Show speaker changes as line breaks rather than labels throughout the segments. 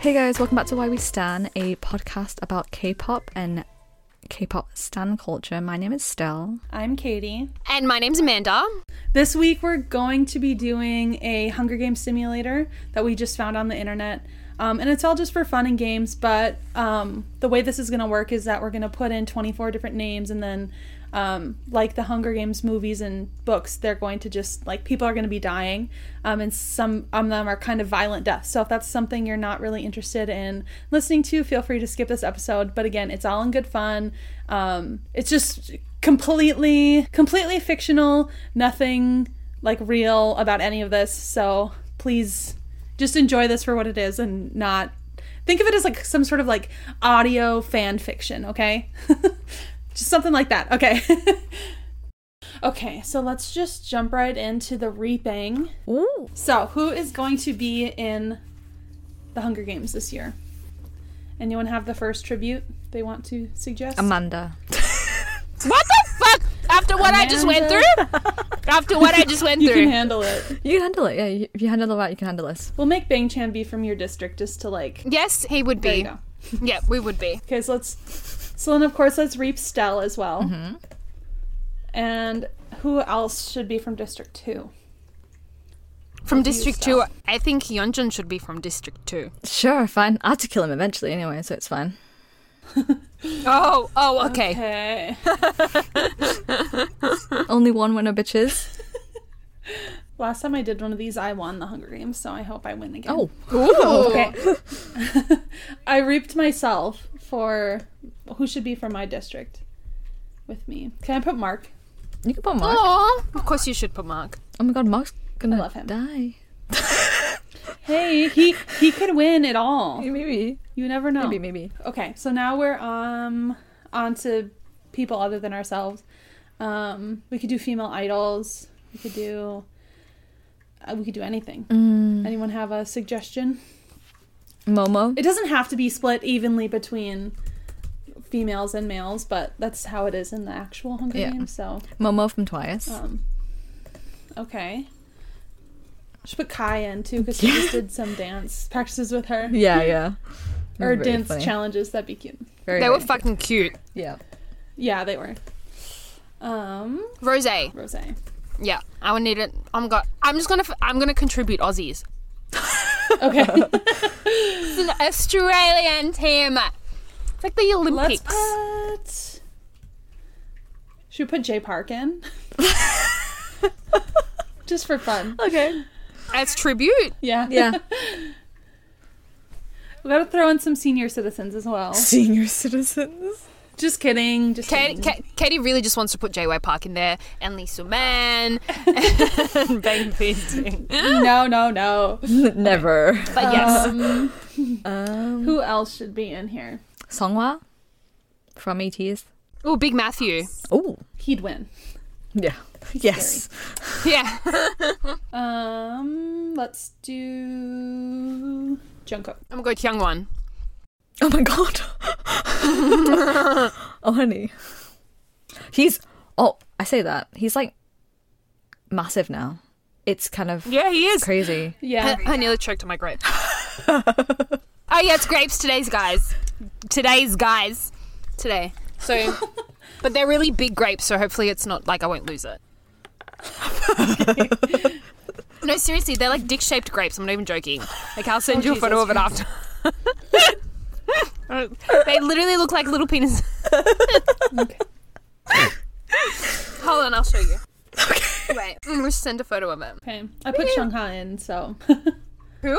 Hey guys, welcome back to Why We Stan, a podcast about K-pop and K-pop stan culture. My name is Stell.
I'm Katie.
And my name's Amanda.
This week we're going to be doing a Hunger Games simulator that we just found on the internet. Um, and it's all just for fun and games, but um, the way this is going to work is that we're going to put in 24 different names, and then, um, like the Hunger Games movies and books, they're going to just, like, people are going to be dying, um, and some of them are kind of violent deaths. So if that's something you're not really interested in listening to, feel free to skip this episode. But again, it's all in good fun. Um, it's just completely, completely fictional, nothing like real about any of this. So please just enjoy this for what it is and not think of it as like some sort of like audio fan fiction, okay? just something like that. Okay. okay, so let's just jump right into the rebang.
Ooh.
So, who is going to be in the Hunger Games this year? Anyone have the first tribute they want to suggest?
Amanda.
What the fuck? After what I just went through? After what I just went
You can
through.
handle it.
You can handle it. Yeah, you- if you handle it right, you can handle this.
We'll make Bang Chan be from your district just to like.
yes, he would
There you
be.
go.
Yeah, we would be.
Okay, so let's. So then, of course, let's reap Stell as well. And who else should be from District 2?
From District 2, I think Yeonjun should be from District 2.
Sure, fine. I had to kill him eventually anyway, so it's fine.
Oh, oh, okay.
Okay.
Only one winner, bitches.
Last time I did one of these, I won the Hunger Games, so I hope I win again.
Oh,
Ooh.
Okay. I reaped myself for who should be from my district with me. Can I put Mark?
you can put Mark. Oh,
Aw, of course you should put Mark.
my god, Mark's gonna
I love him.
die.
Hey, he he could win it all.
Maybe,
You never
Oh.
know.
maybe, maybe.
Okay, so now we're um on to people other than ourselves. Um, we could do female idols. We could do uh, we could do anything.
Mm.
Anyone have a suggestion?
Momo.
It doesn't have to be split evenly between females and males, but that's how it is in the actual Hunger
Yeah.
Games. So
Momo from Twice.
um, okay. Should put Kai in too because he just did some dance practices with her
yeah, yeah.
or
Very
dance
funny.
challenges. That'd be cute.
Very
They were
funny.
fucking cute.
Yeah.
Yeah, they were. Um,
Rose.
Rose.
Yeah, I would need it. I'm got. I'm just gonna. f- I'm gonna contribute Aussies.
Okay,
It's an Australian team. It's like the
let's
Olympics.
put. Should we put Jay Park in? Just for fun.
Okay.
As tribute.
Yeah.
Yeah.
We gotta throw in some senior citizens as well.
Senior citizens.
Just kidding. Just
Katie,
kidding.
Ka- Katie really just wants to put JY Park in there and Lisa Mann and Bang Feasting.
no, no, no.
Never.
But yes,
Um,
Um,
who else should be in here?
Songhwa from ATs.
oh, Big Matthew.
Oh,
He'd win.
yeah. Yes.
Yeah,
Um, let's do Jungkook.
I'm going to young one.
Oh my god. oh, honey. He's. Oh, I say that. He's like massive now. It's kind of
Yeah, he is.
crazy.
Yeah.
I, I nearly choked on my grape. oh yeah, it's grapes today's guys. Today's guys. Today. So, but they're really big grapes, so hopefully it's not like I won't lose it. no, seriously, they're like dick-shaped grapes. I'm not even joking. Like I'll send
Oh,
you a photo of
Jesus
it after. they literally look like little penis.
Okay.
Hold on, I'll show you. Okay. Wait, I'm gonna send a photo of it.
Okay. I put Shungha in, so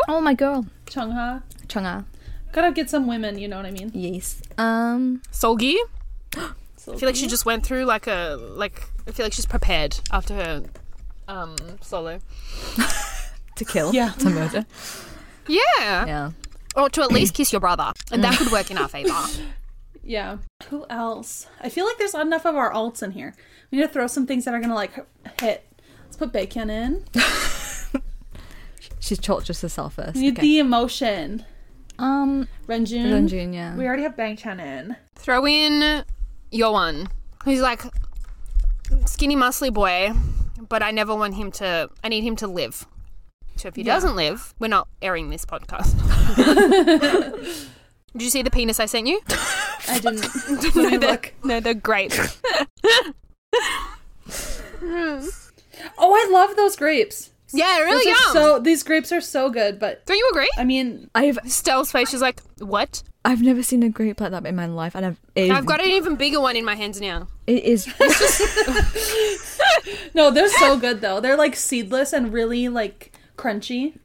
Oh my girl.
Shungha.
Chunga.
Gotta get some women, you know what I mean?
Yes. Um.
Solgi.
So,
I feel like she just went through like a like. I feel like she's prepared after her um solo.
To kill.
Yeah.
To murder.
Yeah.
Yeah.
Or to at least kiss your brother, and that could work in our favor.
Yeah. Who else? I feel like there's not enough of our alts in here. We need to throw some things that are gonna like hit. Let's put Bacon in.
She's tortures herself first.
We need
Okay.
the emotion.
um.
Renjun.
Lunjun, yeah.
We already have Bang Chan in.
Throw in your one, who's like skinny, muscly boy, but I never want him to. I need him to live. So if he doesn't live, we're not airing this podcast. Did you see the penis I sent you?
I didn't.
no,
me
they're,
look.
no, they're great.
Oh, I love those grapes.
Yeah, really
Those are
yum.
so these grapes are so good, but
Don't you agree?
I mean,
I've
Stell's face is like, what?
I've never seen a grape like that in my life, and I've it,
I've got an even bigger one in my hands now.
it is
no, they're so good though. They're like seedless and really like crunchy.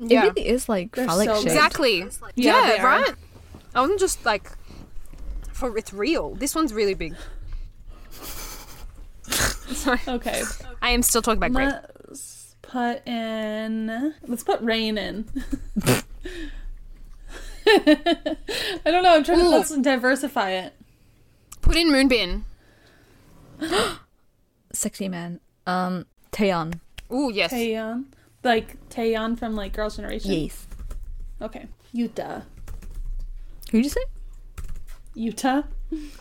it
Yeah,
really is like phallic
so
shaped.
exactly.
Yeah,
Yeah,
they are.
right. I wasn't just like, for it's real. This one's really big. Sorry,
Okay.
I am still talking about grape.
Let's put in. Let's put rain in. I don't know. I'm trying
Ooh.
to let's diversify it.
Put in moonbin.
Sexy man. Um, Taeyeon.
Ooh, yes.
Taeyeon, like Taeyeon from like Girls' Generation.
Yes.
Okay. Utah.
Who'd you say?
Utah.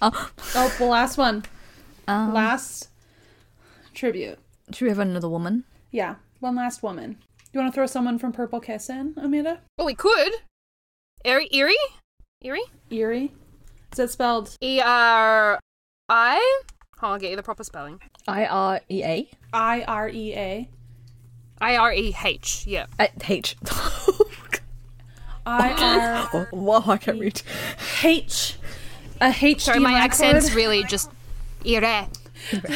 Oh,
Oh, the last one.
um,
last tribute.
should we have another woman?
Yeah, one last woman. You want to throw someone from Purple Kiss in, Amanda?
Oh, we could. Eerie, eerie, eerie.
Eerie. Is that spelled?
E R I. Hold on, I'll get you the proper spelling.
I R E A.
I R E A.
I R E H. Yeah.
Uh, H.
I R
Oh, wow, I can't read.
H. A H.
Sorry,
D
my
line
accent's
chord.
really just. Ire.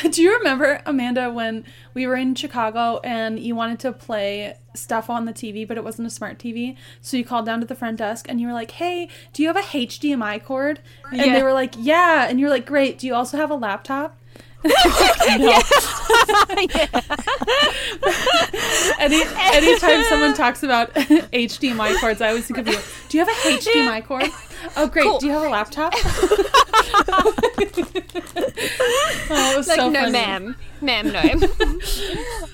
Do you remember Amanda when we were in Chicago and you wanted to play stuff on the TV, but it wasn't a smart TV? So you called down to the front desk and you were like, "Hey, do you have a HDMI cord?" And
Yeah.
they were like, "Yeah." And you're like, "Great. Do you also have a laptop?" Any anytime someone talks about HDMI cords, I always think of you. Do you have a HDMI cord? Oh, great. Do you have a laptop? oh, it was
Like,
so
no,
funny.
ma'am. Ma'am, no.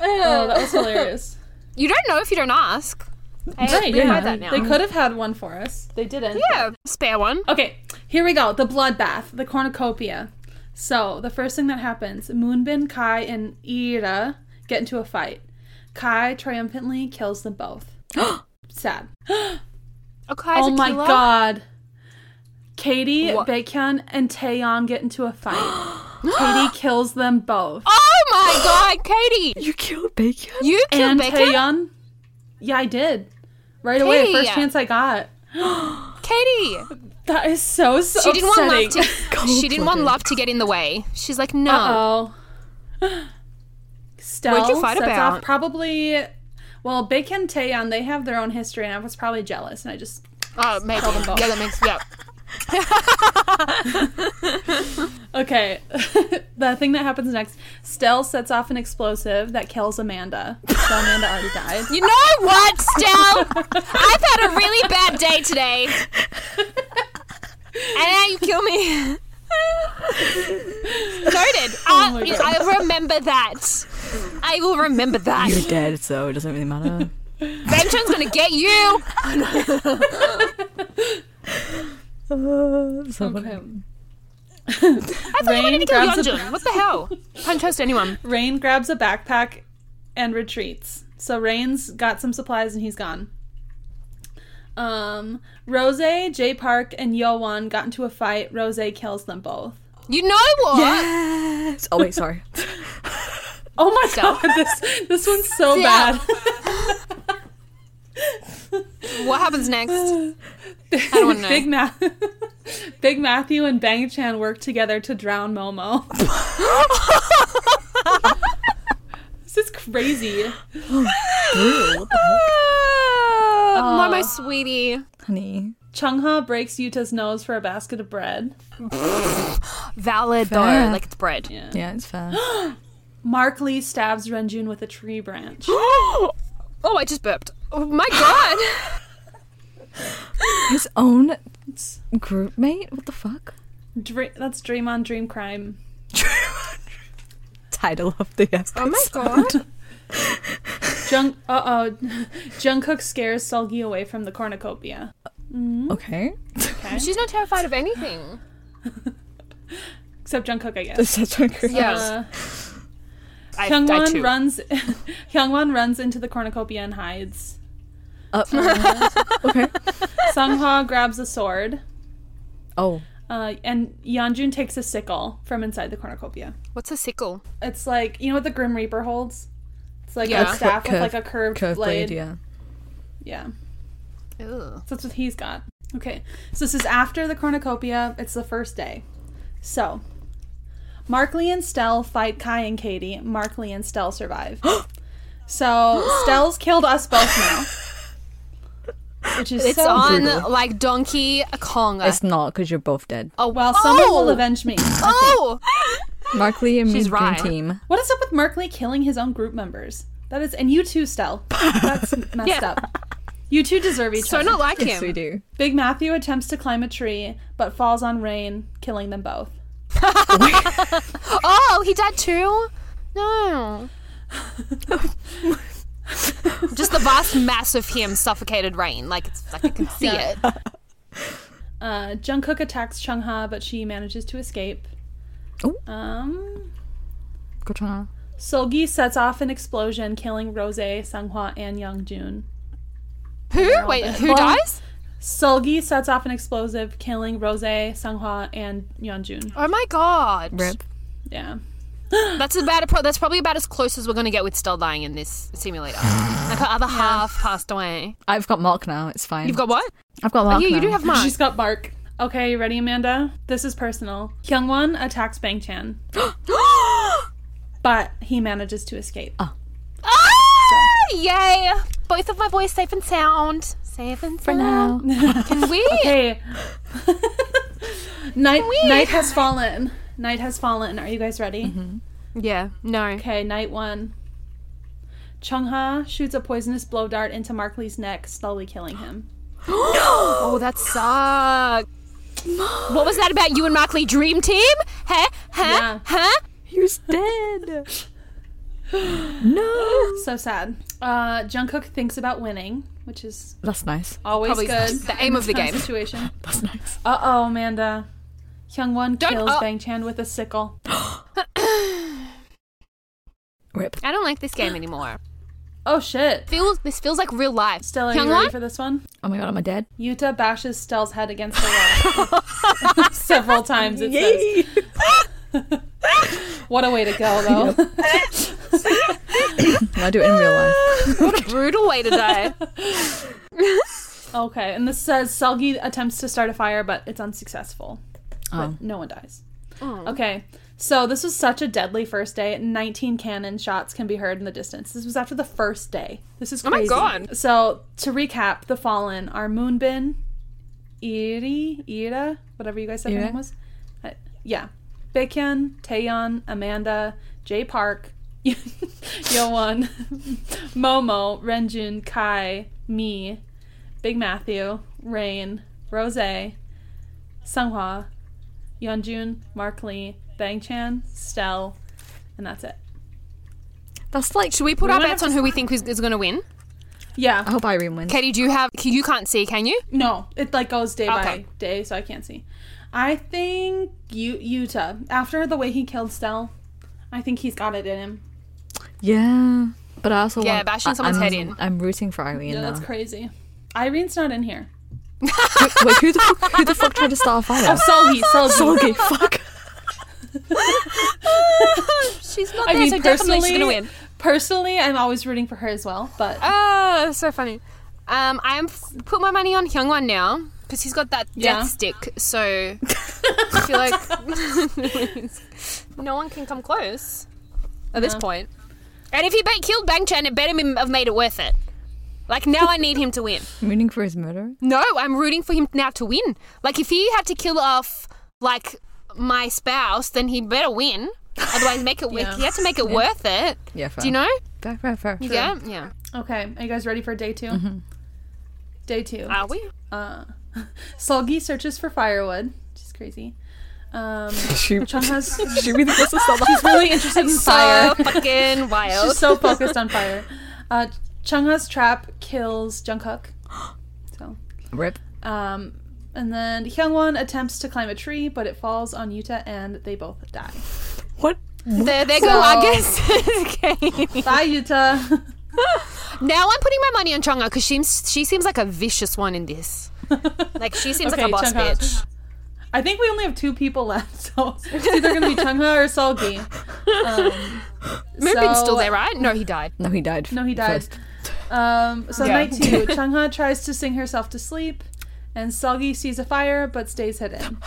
Oh, that was hilarious.
you don't know if you don't ask. I
Right,
we
yeah.
know that now.
They could have had one for us. They didn't.
yeah, spare one.
Okay, here we go. The bloodbath, the cornucopia. So, the first thing that happens Moonbin, Kai, and Ira get into a fight. Kai triumphantly kills them both. Sad.
Okay, as
oh
a
my
killer.
god. Katie,
What?
Baekhyun, and Taeyeon get into a fight. Katie kills them both.
Oh my god, Katie!
You killed Bacon?
You killed
and
Becca.
Taeyeon? Yeah, I did. Right away,
Katie.
first chance I got.
Katie!
That is so so
She didn't want love
upsetting.
to She didn't want love to get in the way. She's like, no.
Uh oh. Stell
What'd you fight
sets
about?
off probably. Well, Bacon and Taeyeon, they have their own history, and I was probably jealous, and I just.
Oh, maybe.
both.
Yeah, that makes yeah.
Okay. the thing that happens next Stell sets off an explosive that kills Amanda. So Amanda already died.
You know what, Stell? I've had a really bad day today. And now you kill me. Noted.
Oh my
I,
God.
I remember that. I will remember that.
You're dead, so it doesn't really matter.
Vengeance gonna get you.
Uh, so
Okay.
I thought you
Rain
wanted to kill
grabs a-
Yeonjun. What the hell? Punch toast anyone.
Rain grabs a backpack and retreats. So Rain's got some supplies and he's gone. Um, Rose, Jay Park, and Yowan got into a fight. Rose kills them both.
You know what?
Yes. Oh wait, sorry.
Oh my
Stop.
god, this this one's so
Yeah.
bad.
What happens next? I don't want to know.
Big Ma- Big Matthew and Bang Chan work together to drown Momo. this is crazy.
Ah, Momo, sweetie.
Honey.
Chungha breaks Yuta's nose for a basket of bread.
Valid
Fair.
though, like it's bread.
Yeah, it's fair.
Mark Lee stabs Renjun with a tree branch.
oh, I just burped. Oh my god.
His own group mate? What the fuck?
Dre- that's Dream on Dream Crime.
Title of the episode.
oh my god.
Jung uh oh, Jungkook scares Sulgi away from the cornucopia.
Okay.
She's not terrified of anything.
Except Jungkook, I guess.
That's such a
Yeah.
Uh,
I, I
Hyungwon
too.
runs. Hyungwon runs into the cornucopia and hides.
Uh, okay.
Sunghwa grabs a sword,
Oh,
uh, and Yeonjun takes a sickle from inside the cornucopia.
What's a sickle?
It's like you know what the Grim Reaper holds. It's like
Yeah.
a staff
Curved-
with like a curved,
curved blade.
blade.
Yeah.
yeah.
Ew.
So that's what he's got. Okay. So this is after the cornucopia. It's the first day. So Markley and Stell fight Kai and Katie. Markley and Stell survive. so Stell's killed us both now. Which is
It's
so
on
brutal.
like Donkey Kong.
It's not because you're both dead.
oh
Well, someone will
Oh!
avenge me.
Oh,
Markley and
She's
me green
right.
team.
What is up with Markley killing his own group members? That is, and you too, Stell. That's messed
Yeah.
up. You two deserve each
so
other.
not like
Yes, we
him.
do.
Big Matthew attempts to climb a tree, but falls on rain, killing them both.
Oh, he died too. No. Just the vast mass of him suffocated rain. Like it's like I can see it.
Uh, Jungkook attacks Chung Ha, but she manages to escape.
Ooh.
Um,
Good try.
Solgi sets off an explosion, killing Rose, Sanghwa, and Youngjun.
Who? Wait, who
Well-
dies?
Solgi sets off an explosive, killing Rose, Sanghwa, and Yeonjun.
Oh my god.
Rip.
Yeah.
That's about pro- that's probably about as close as we're going to get with still dying in this simulator. like her other half passed away.
I've got Mark now. It's fine.
You've got what?
I've got Mark.
yeah, Oh, you
now.
do have mine.
She's got bark. Okay, you ready, Amanda? This is personal. Hyungwon attacks Bang Chan, but he manages to escape.
Oh. Ah! Yay! Both of my boys safe and sound. Safe and
for now.
Can we?
Hey. night,
Wee.
night has fallen. Night has fallen. Are you guys ready?
Mm-hmm. Yeah. No.
Okay, night one. Chung Ha shoots a poisonous blow dart into Mark Lee's neck, slowly killing him.
Oh, that sucks. What was that about you and Mark Lee dream team? Huh? Huh?
Yeah.
Huh?
You're dead. no.
So sad. Uh, Jungkook thinks about winning, which is
That's nice.
always
Probably
good.
the aim of the
Kind
game.
Situation.
That's nice.
Uh oh, Amanda. Hyungwon
Don't-
kills
uh-
Bang Chan with a sickle.
Rip.
I don't like this game anymore.
Oh shit.
Feels this feels like real life.
Stella, are you
Hyungwon?
ready for this one?
Oh my god, am I dead?
Yuta bashes Stell's head against the wall several times. It says, "What a way to go, though."
Can I do it in real life?
what a brutal way to die.
Okay, and this says Selgi attempts to start a fire, but it's unsuccessful.
Oh.
No one dies.
Oh.
Okay, so this was such a deadly first day. 19 cannon shots can be heard in the distance. This was after the first day. This is
Oh my
crazy.
God.
So, to recap, the fallen are Moonbin, Iri, Ira, whatever you guys said her
Ira?
name was. Uh, yeah. Baekhyun, Taeyeon, Amanda, Jay Park, Yoan, Momo, Renjun, Kai, me, Big Matthew, Rain, Rose, Sunghwa, Yeonjun, Mark Lee, Bang Chan, Stell, and that's it.
That's like.
Should we put our
might
bets
have
on who we think is, is going to win?
I
Yeah.
Uh-huh.
hope Irene wins.
Katie, do you have? You can't see, can you?
No, it like goes day by
Okay.
day, so I can't see. I think you Utah after the way he killed Stell, I think he's got it in him.
Yeah. But I also
Yeah,
want.
bashing
I-
someone's
I'm,
head in.
I'm rooting for Irene
Yeah,
now.
that's crazy. Irene's not in here.
Wait, wait, who the fuck? Who the fuck tried to start a fire?
Solgi, Solgi.
Okay, fuck.
She's not
I
there,
mean,
so definitely she's
personally,
going to win.
personally, I'm always rooting for her as well. But
Oh, so funny. Um, I am f- put my money on Hyungwon now because he's got that death
Yeah.
stick. So I feel like no one can come close at this
No.
point. And if he ba- killed Bang Chan, it better m- have made it worth it. Like now, I need him to win.
I'm rooting for his murder.
No, I'm rooting for him now to win. Like if he had to kill off like my spouse, then he better win. Otherwise, make it.
Yeah.
He had to make it worth it.
Yeah, fair.
Do you know?
Fair, fair, fair.
Yeah, yeah.
okay, are you guys ready for day 2
Mm-hmm.
Day two.
Are we?
Uh, Solgi searches for firewood, which is crazy. Um,
She,
Chung has
she really wants to start
she's really interested in fire.
So fucking wild.
She's so focused on fire. Uh, Chungha's trap kills Jungkook. So,
Rip.
um, and then Hyungwon attempts to climb a tree, but it falls on Yuta, and they both die.
What?
There, there go
So-
Argus. okay.
Bye, Utah.
Now I'm putting my money on Chonga because she, she seems like a vicious one in this. Like, she seems like
Okay,
a boss
Chungha.
bitch.
I think we only have two people left, so it's either gonna be Chungha or Sulgi. Um,
Moonbin's
so-
still there, right? No, he died.
No, he died.
No, he died.
first.
Um, so
Yeah.
night two, Chungha tries to sing herself to sleep, and Sulgi sees a fire but stays hidden.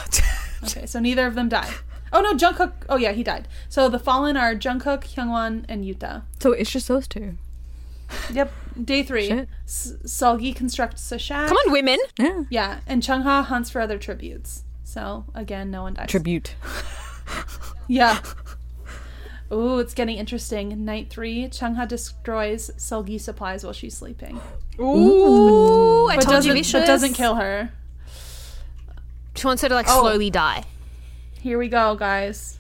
Okay, so neither of them die. Oh no, Jungkook. Oh yeah, he died. So the fallen are Jungkook, Hyungwon, and Yuta.
So it's just those two.
Yep. Day three,
Shit.
S- Sulgi constructs a shack.
Come on, women.
Yeah.
Yeah, and Chungha hunts for other tributes. So again, no one dies.
Tribute.
Yeah. Ooh, it's getting interesting. Night three, Chungha destroys Sulgi supplies while she's sleeping,
Ooh, I
but
told
doesn't,
you
but
vicious.
doesn't kill her.
She wants her to like
Oh.
slowly die.
Here we go, guys.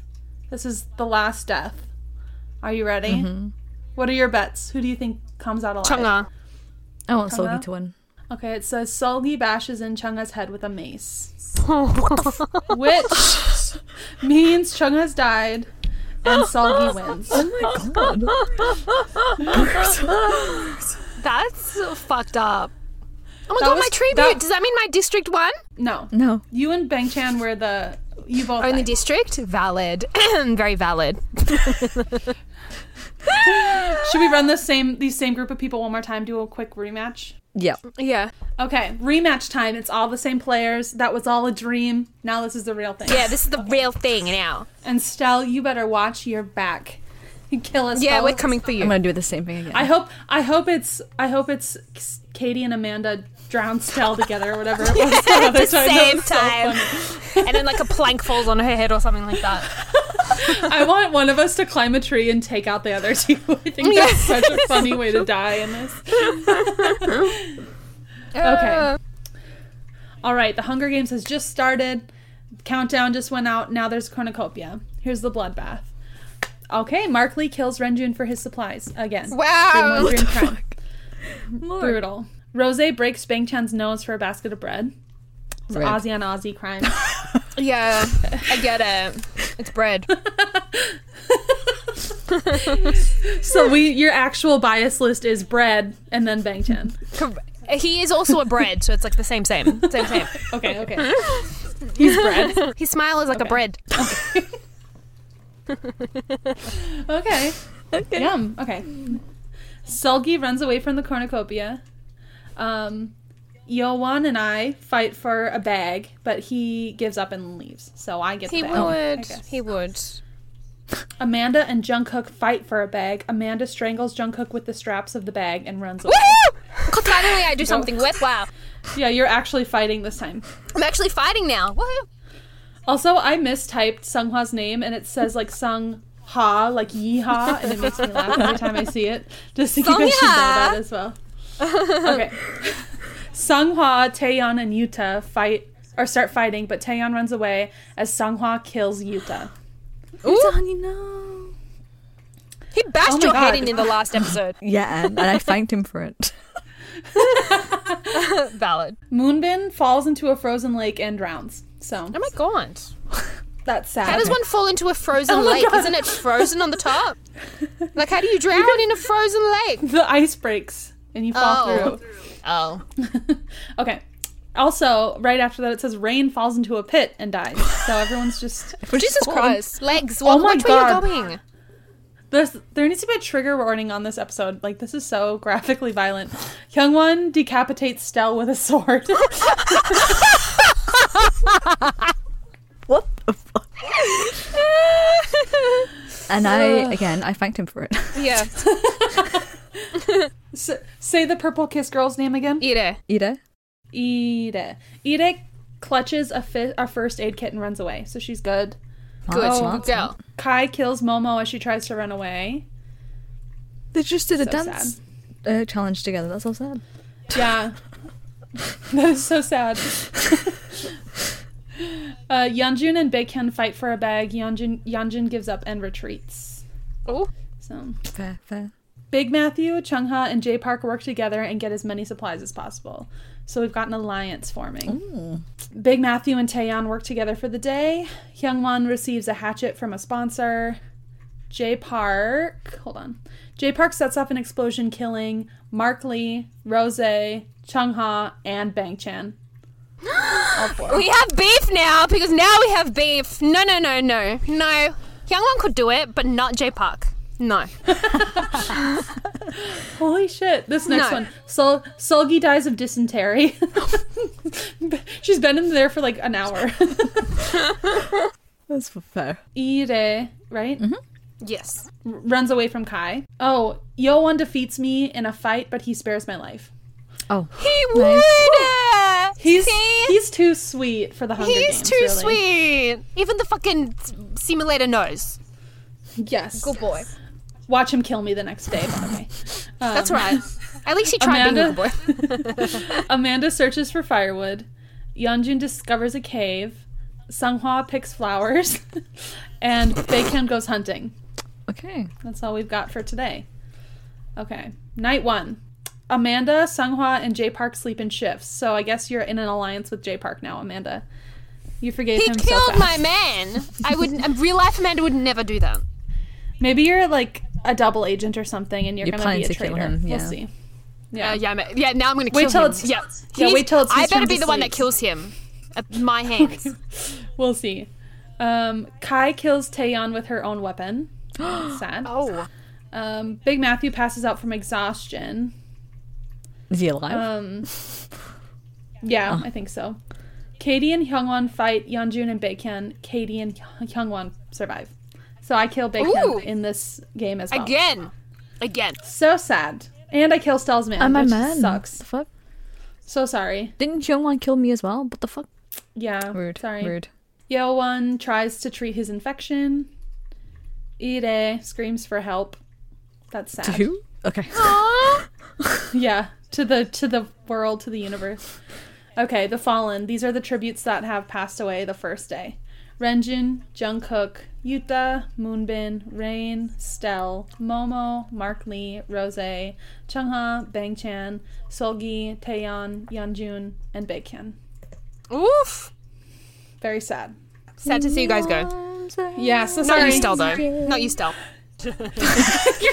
This is the last death. Are you ready? What are your bets? Who do you think comes out alive?
Chonga.
I want Solgi
out.
to win.
Okay, it says Sulgi bashes in Chungha's head with a mace,
Oh,
which means Chungha's died and Sulgi wins.
Oh my god.
That's fucked up. Oh my
That
god,
was-
my tribute.
that-
Does that mean my district won?
No,
No.
you and Bang Chan were the you both
Only
died.
district? Valid. Very valid.
Should we run this same these same group of people one more time? Do a quick rematch.
Yeah.
Yeah.
Okay, rematch time. It's all the same players. That was all a dream. Now this is the real thing.
Yeah, this is the real thing now.
And Stell, you better watch your back. You kill us.
Yeah, we're
both.
coming for you.
I'm gonna do the same thing again.
I hope I hope it's I hope it's Katie and Amanda drown Stell together or whatever it was. the
at
other
the
time. That
same
was so
time.
funny.
and then like a plank falls on her head or something like that.
I want one of us to climb a tree and take out the other two. I think that's such a funny way to die in this. Okay. All right, the Hunger Games has just started. Countdown just went out. Now there's cornucopia. Here's the bloodbath. Okay, Mark Lee kills Renjun for his supplies again. Dream
Wow.
one, dream crime. Brutal. Rose breaks Bang Chan's nose for a basket of bread. It's
Red.
Aussie on Aussie crime.
Yeah, I get it. It's bread.
so we, your actual bias list is bread and then Bang Chan.
Correct. He is also a bread, so it's like the same, same, same, same.
Okay, okay. He's bread.
His smile is like a bread.
Okay. Okay. Yum. Okay. Sulgi runs away from the cornucopia. Um, Yowan and I fight for a bag, but he gives up and leaves. So I get the
He
bag.
would.
guess.
He would.
Amanda and Jungkook fight for a bag. Amanda strangles Jungkook with the straps of the bag and runs away.
Woo! Finally, I do something worthwhile.
yeah, you're actually fighting this time.
I'm actually fighting now. Woohoo!
Also, I mistyped Sungha's name, and it says like Sung Ha, like Yeehaw, and it makes me laugh every time I see it. Just in case you guys should know
Sungha.
that as well. Okay. Sunghwa, Taeyeon, and Yuta fight or start fighting, but Taeyeon runs away as Sunghwa kills Yuta.
Honey, no.
He bashed
Oh my
your head
God.
in in the last episode.
Yeah, and I thanked him for it.
Valid.
Moonbin falls into a frozen lake and drowns. So
Oh my god.
that's sad.
How does one fall into a frozen
Oh my
lake?
God.
Isn't it frozen on the top? Like, how do you drown in a frozen lake?
the ice breaks and you fall
Oh.
through.
Oh.
Okay. Also, right after that, it says rain falls into a pit and dies. So everyone's just
Jesus Christ. Legs. What,
Oh my
which way are
God.
you going?
There's, there needs to be a trigger warning on this episode. Like this is so graphically violent. Hyungwon decapitates Stell with a sword.
What the fuck? And I again, I thanked him for it.
yeah.
S- say the purple kiss girl's name again.
Ida.
Ida.
Ide. Ide clutches a, fi- a first aid kit and runs away. So she's good.
Good.
Oh,
Oh,
Smart,
Good girl.
Kai kills Momo as she tries to run away.
They just did a
So
dance uh, challenge together. That's so sad.
Yeah. that is so sad. uh, Yeonjun and Baekhyun fight for a bag. Yeonjun, Yeonjun gives up and retreats.
Oh.
So.
Fair, fair.
Big Matthew, Chung Ha, and Jay Park work together and get as many supplies as possible. So we've got an alliance forming. Big Matthew and Taeyeon work together for the day. Hyungwon receives a hatchet from a sponsor. Jay Park, hold on. Jay Park sets off an explosion, killing Mark Lee, Rose, Chung Ha, and Bang Chan. All four.
We have beef now because now we have beef. No, no, no, no, no. Young one could do it, but not J Park. No.
Holy shit. This next
No.
one. Sol- Solgi dies of dysentery. She's been in there for like an hour.
That's fair.
Ire, right?
yes.
R- runs away from Kai. Oh, Yo one defeats me in a fight, but he spares my life.
Oh,
He would.
He's
See?
he's too sweet for the Hunger
He's
Games.
too
really.
sweet. Even the fucking s- simulator knows.
Yes.
Good boy.
Watch him kill me the next day. By the way. Um,
That's right. At least he tried being a
Amanda-
good boy.
Amanda searches for firewood. Yeonjun discovers a cave. Sunghwa picks flowers, and Baekhyun goes hunting.
okay.
That's all we've got for today. Okay, night one. Amanda, Sunghwa, and J Park sleep in shifts. So I guess you're in an alliance with J Park now, Amanda. You forgave
He
him. so
killed
fast.
my man. I would. A real life Amanda would never do that.
Maybe you're like a double agent or something, and you're,
You're
gonna
planning
be a
to
traitor.
kill him,
We'll
yeah.
see.
Uh,
Yeah.
yeah, ma- yeah. Now I'm gonna kill
Wait till
him.
it's-
yeah.
yeah,
He's-
wait till it's
I
his
better
turn
be
to
the one that
sleep.
kills him. At my hands.
We'll see. Um, Kai kills Taeyeon with her own weapon. Sad.
oh.
Um, Big Matthew passes out from exhaustion.
Is he alive?
Um, yeah, I think so. Katie and Hyungwon fight Yeonjun and Baekhyun. Katie and Hy- Hyungwon survive. So I kill Baekhyun
Ooh.
in this game as well.
Again. Again.
So sad. And I kill Stell's man,
I'm a
which
man.
sucks.
The fuck?
So sorry.
Didn't Jungwon kill me as well? What the fuck?
Yeah.
Rude.
Sorry.
Rude.
Yeowon tries to treat his infection. Ire screams for help. That's sad.
To who? Okay.
yeah to the to the world to the universe okay the fallen these are the tributes that have passed away the first day renjin jungkook yuta moonbin rain stell momo mark lee rose chungha bangchan solgi taeyeon yeonjun and baekhyun
Oof.
very sad
Sad to see you guys go.
uh,
yeah so
Not
sorry
you, Stell, though. Not you, Stell.
you're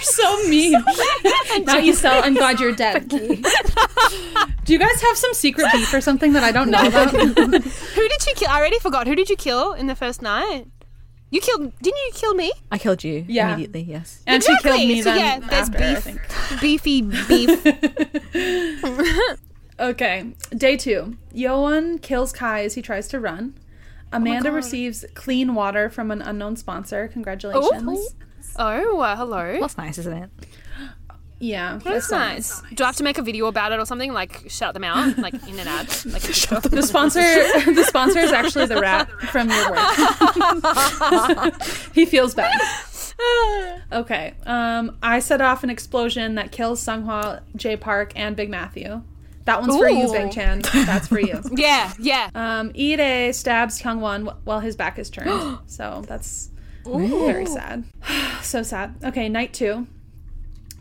so mean not you Stell. i'm glad you're dead do you guys have some secret beef or something that i don't know about
Who did you kill? I already forgot. Who did you kill in the first night? You killed. Didn't you kill me?
I killed you
Yeah.
immediately, yes.
and she killed me
So
then
yeah, there's
after, I
beef.
think.
Beefy beef.
Okay, day two. Yoan kills Kai as he tries to run. Amanda receives clean water from an unknown sponsor. Congratulations.
oh. Oh, uh, hello.
That's nice, isn't it?
Yeah,
That's
so
nice. Do I have to make a video about it or something? Like shout them out, like in an ad, like a TikTok?
The sponsor, the sponsor is actually the rat from your work. he feels bad. Okay. Um, I set off an explosion that kills Sunghwa, J Park, and Big Matthew. That one's for you,
Ooh.
Big Chan. That's for you.
Yeah, yeah.
Um, Ire stabs Hyungwon wh- while his back is turned. so that's very sad. so sad. Okay, night two.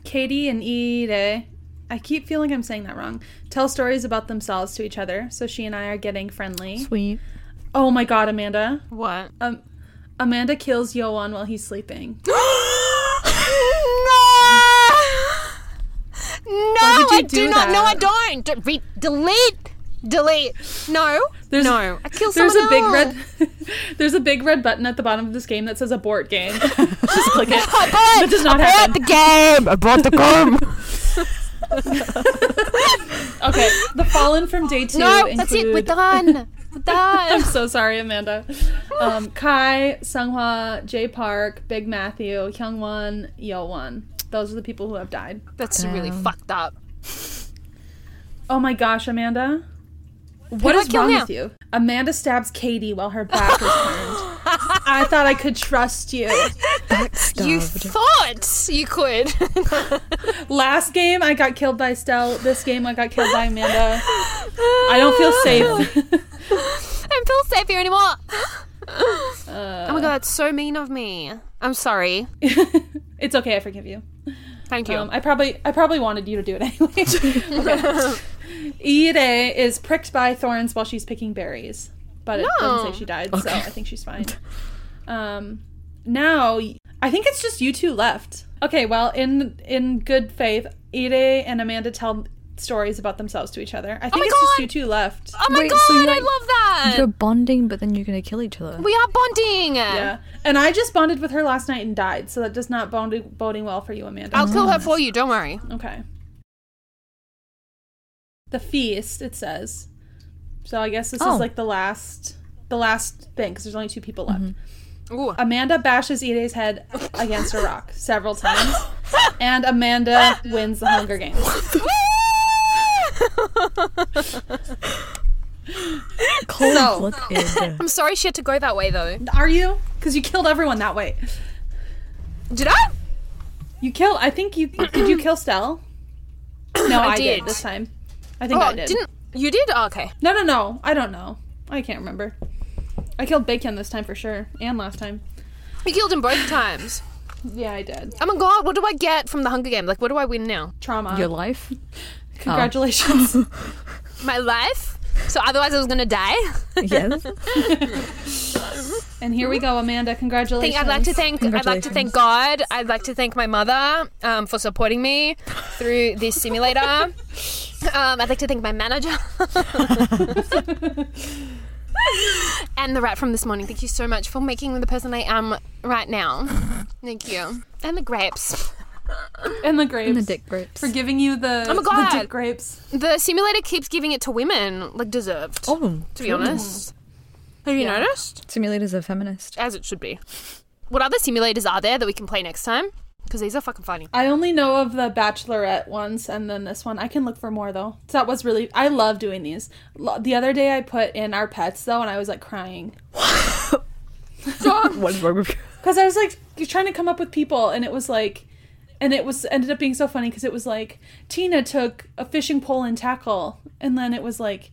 Katie and Ire, I keep feeling I'm saying that wrong, tell stories about themselves to each other. So she and I are getting friendly.
Sweet.
Oh my god, Amanda.
What?
Um, Amanda kills Yoan while he's sleeping.
no! No,
would you
I do,
do
not. No, I
that?
don't. D- re- delete. Delete. No.
There's-
no. I killed
There's a
someone
big
else.
red there's a big red button at the bottom of this game that says abort game. Just click it.
I bought,
That does not
I bought
happen.
the game. I bought the game.
Okay. The fallen from day two.
no,
include
that's it. We're done. We're
I'm
done.
so sorry, Amanda. Um, Kai, Sunghwa, J Park, Big Matthew, Hyungwon, Yeowon. Those are the people who have died.
That's really
Damn.
Um,
fucked up.
Oh my gosh, Amanda. What
did I
is
kill
wrong
now?
with you? Amanda stabs Katie while her back is turned. I thought I could trust you.
You
Backstabbed.
thought you could.
Last game, I got killed by Stell. This game, I got killed by Amanda. I don't feel safe.
I don't feel safe here anymore. oh my god, that's so mean of me. I'm sorry.
it's okay, I forgive you.
Thank you.
Um, I probably I probably wanted you to do it anyway. okay. Ire is pricked by thorns while she's picking berries, but it
No.
doesn't say she died, so I think she's fine. Um, now I think it's just you two left. Okay, well, in in good faith, Ide and Amanda tell stories about themselves to each other. I think
Oh my
it's just
God!
you two left.
Oh my
Wait,
god,
so you're-
I love that.
You're bonding, but then you're gonna kill each other.
we are bonding.
Yeah. And I just bonded with her last night and died, so that does not bond boding well for you, Amanda.
I'll kill her for you. Don't worry.
Okay. The feast, it says. So I guess this
Oh.
is like the last, the last thing because there's only two people left.
Mm-hmm. Ooh.
Amanda bashes Ide's head against a rock several times, and Amanda wins the Hunger Games.
Cold
So-
blooded. uh,
I'm sorry she had to go that way though.
Are you? Because you killed everyone that way.
Did I?
You killed. I think you did. You kill Stell? No, I, did.
did.
this time. I think
Oh,
I did.
didn't you did? Oh, okay.
No, no, no. I don't know. I can't remember. I killed Bacon this time for sure, and last time.
You killed him both times.
Yeah, I did.
Oh my god, what do I get from the Hunger Game? Like, what do I win now?
Trauma.
Your life?
Oh. Congratulations.
My life? So otherwise I was gonna die.
Yes.
and here we go, Amanda. Congratulations.
Think- I'd like to thank I'd like to thank
Congratulations.
God. I'd like to thank my mother um, for supporting me through this simulator. um, I'd like to thank my manager and the rat from this morning. Thank you so much for making me the person I am right now. Thank you. And the grapes.
and the grapes
In the dick grapes.
for giving you the
Oh
the
my God.
dick grapes.
The simulator keeps giving it to women, like deserved.
oh,
to be honest. Have you
Yeah.
noticed?
simulators are feminist.
As it should be. What other simulators are there that we can play next time? Because these are fucking funny.
I only know of the Bachelorette ones and then this one. I can look for more though. So that was really I love doing these. Lo- The other day I put in our pets though and I was like crying
What's wrong with you?
cuz I was like trying to come up with people and it was like and it was ended up being so funny cuz it was like Tina took a fishing pole and tackle and then it was like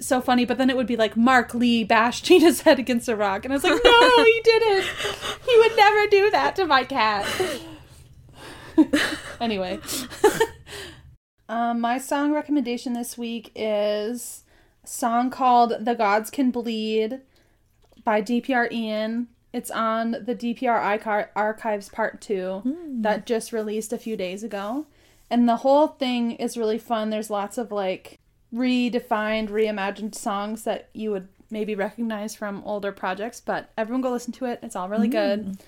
so funny but then it would be like Mark Lee bashed Tina's head against a rock and I was like no he didn't. He would never do that to my cat. anyway. um, my song recommendation this week is a song called The Gods Can Bleed by DPR Ian. It's on the DPR Icar- Archives Part 2 that just released a few days ago. And the whole thing is really fun. There's lots of like redefined, reimagined songs that you would maybe recognize from older projects, but everyone go listen to it. It's all really good.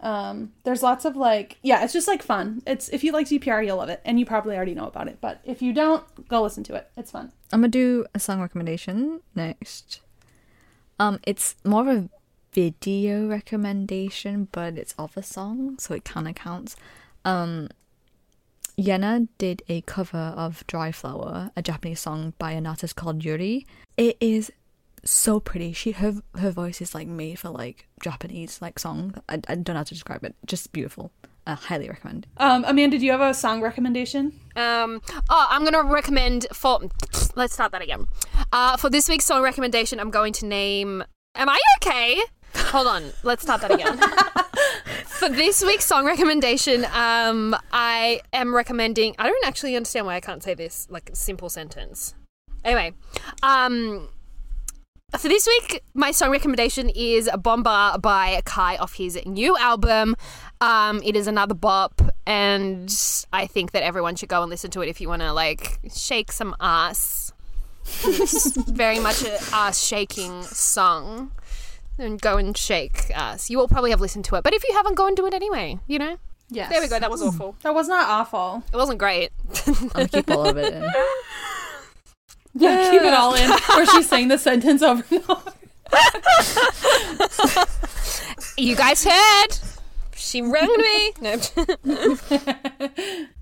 Um, there's lots of like, yeah, it's just like fun. It's if you like DPR, you'll love it, and you probably already know about it. But if you don't, go listen to it. It's fun.
I'm gonna do a song recommendation next. Um, it's more of a video recommendation, but it's of a song, so it kind of counts. Um, Yena did a cover of Dry Flower, a Japanese song by an artist called Yuri. It is so pretty. She her her voice is like made for like Japanese like song. I, I don't know how to describe it. Just beautiful. I highly recommend.
Um, Amanda, do you have a song recommendation?
Um, oh, I'm gonna recommend for. Let's start that again. Uh, for this week's song recommendation, I'm going to name. Am I okay? Hold on. Let's start that again. for this week's song recommendation, um, I am recommending. I don't actually understand why I can't say this like simple sentence. Anyway, um. For this week, my song recommendation is Bomba by Kai off his new album. Um, it is another bop, and I think that everyone should go and listen to it if you want to like shake some ass. It's very much an ass shaking song. And go and shake ass. You all probably have listened to it, but if you haven't, go and do it anyway. You know.
Yes.
There we go. That was awful.
That was not awful.
It wasn't great.
I'm gonna keep all of it in.
Yeah, keep it all in. Where she's saying the sentence over and over.
You guys heard? She rang me. No.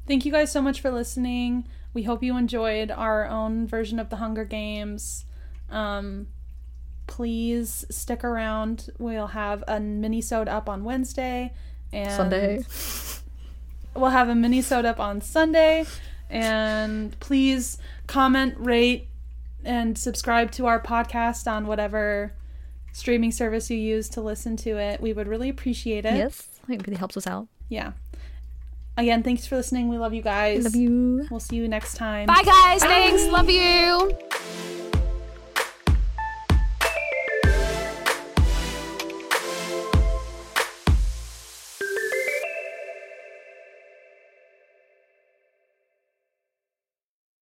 Thank you guys so much for listening. We hope you enjoyed our own version of the Hunger Games. Um, please stick around. We'll have a mini-sode up on Wednesday and
Sunday.
We'll have a mini sewed up on Sunday. And please comment, rate, and subscribe to our podcast on whatever streaming service you use to listen to it. We would really appreciate it.
Yes, it really helps us out.
Yeah. Again, thanks for listening. We love you guys.
Love you.
We'll see you next time.
Bye, guys. Thanks. Love you.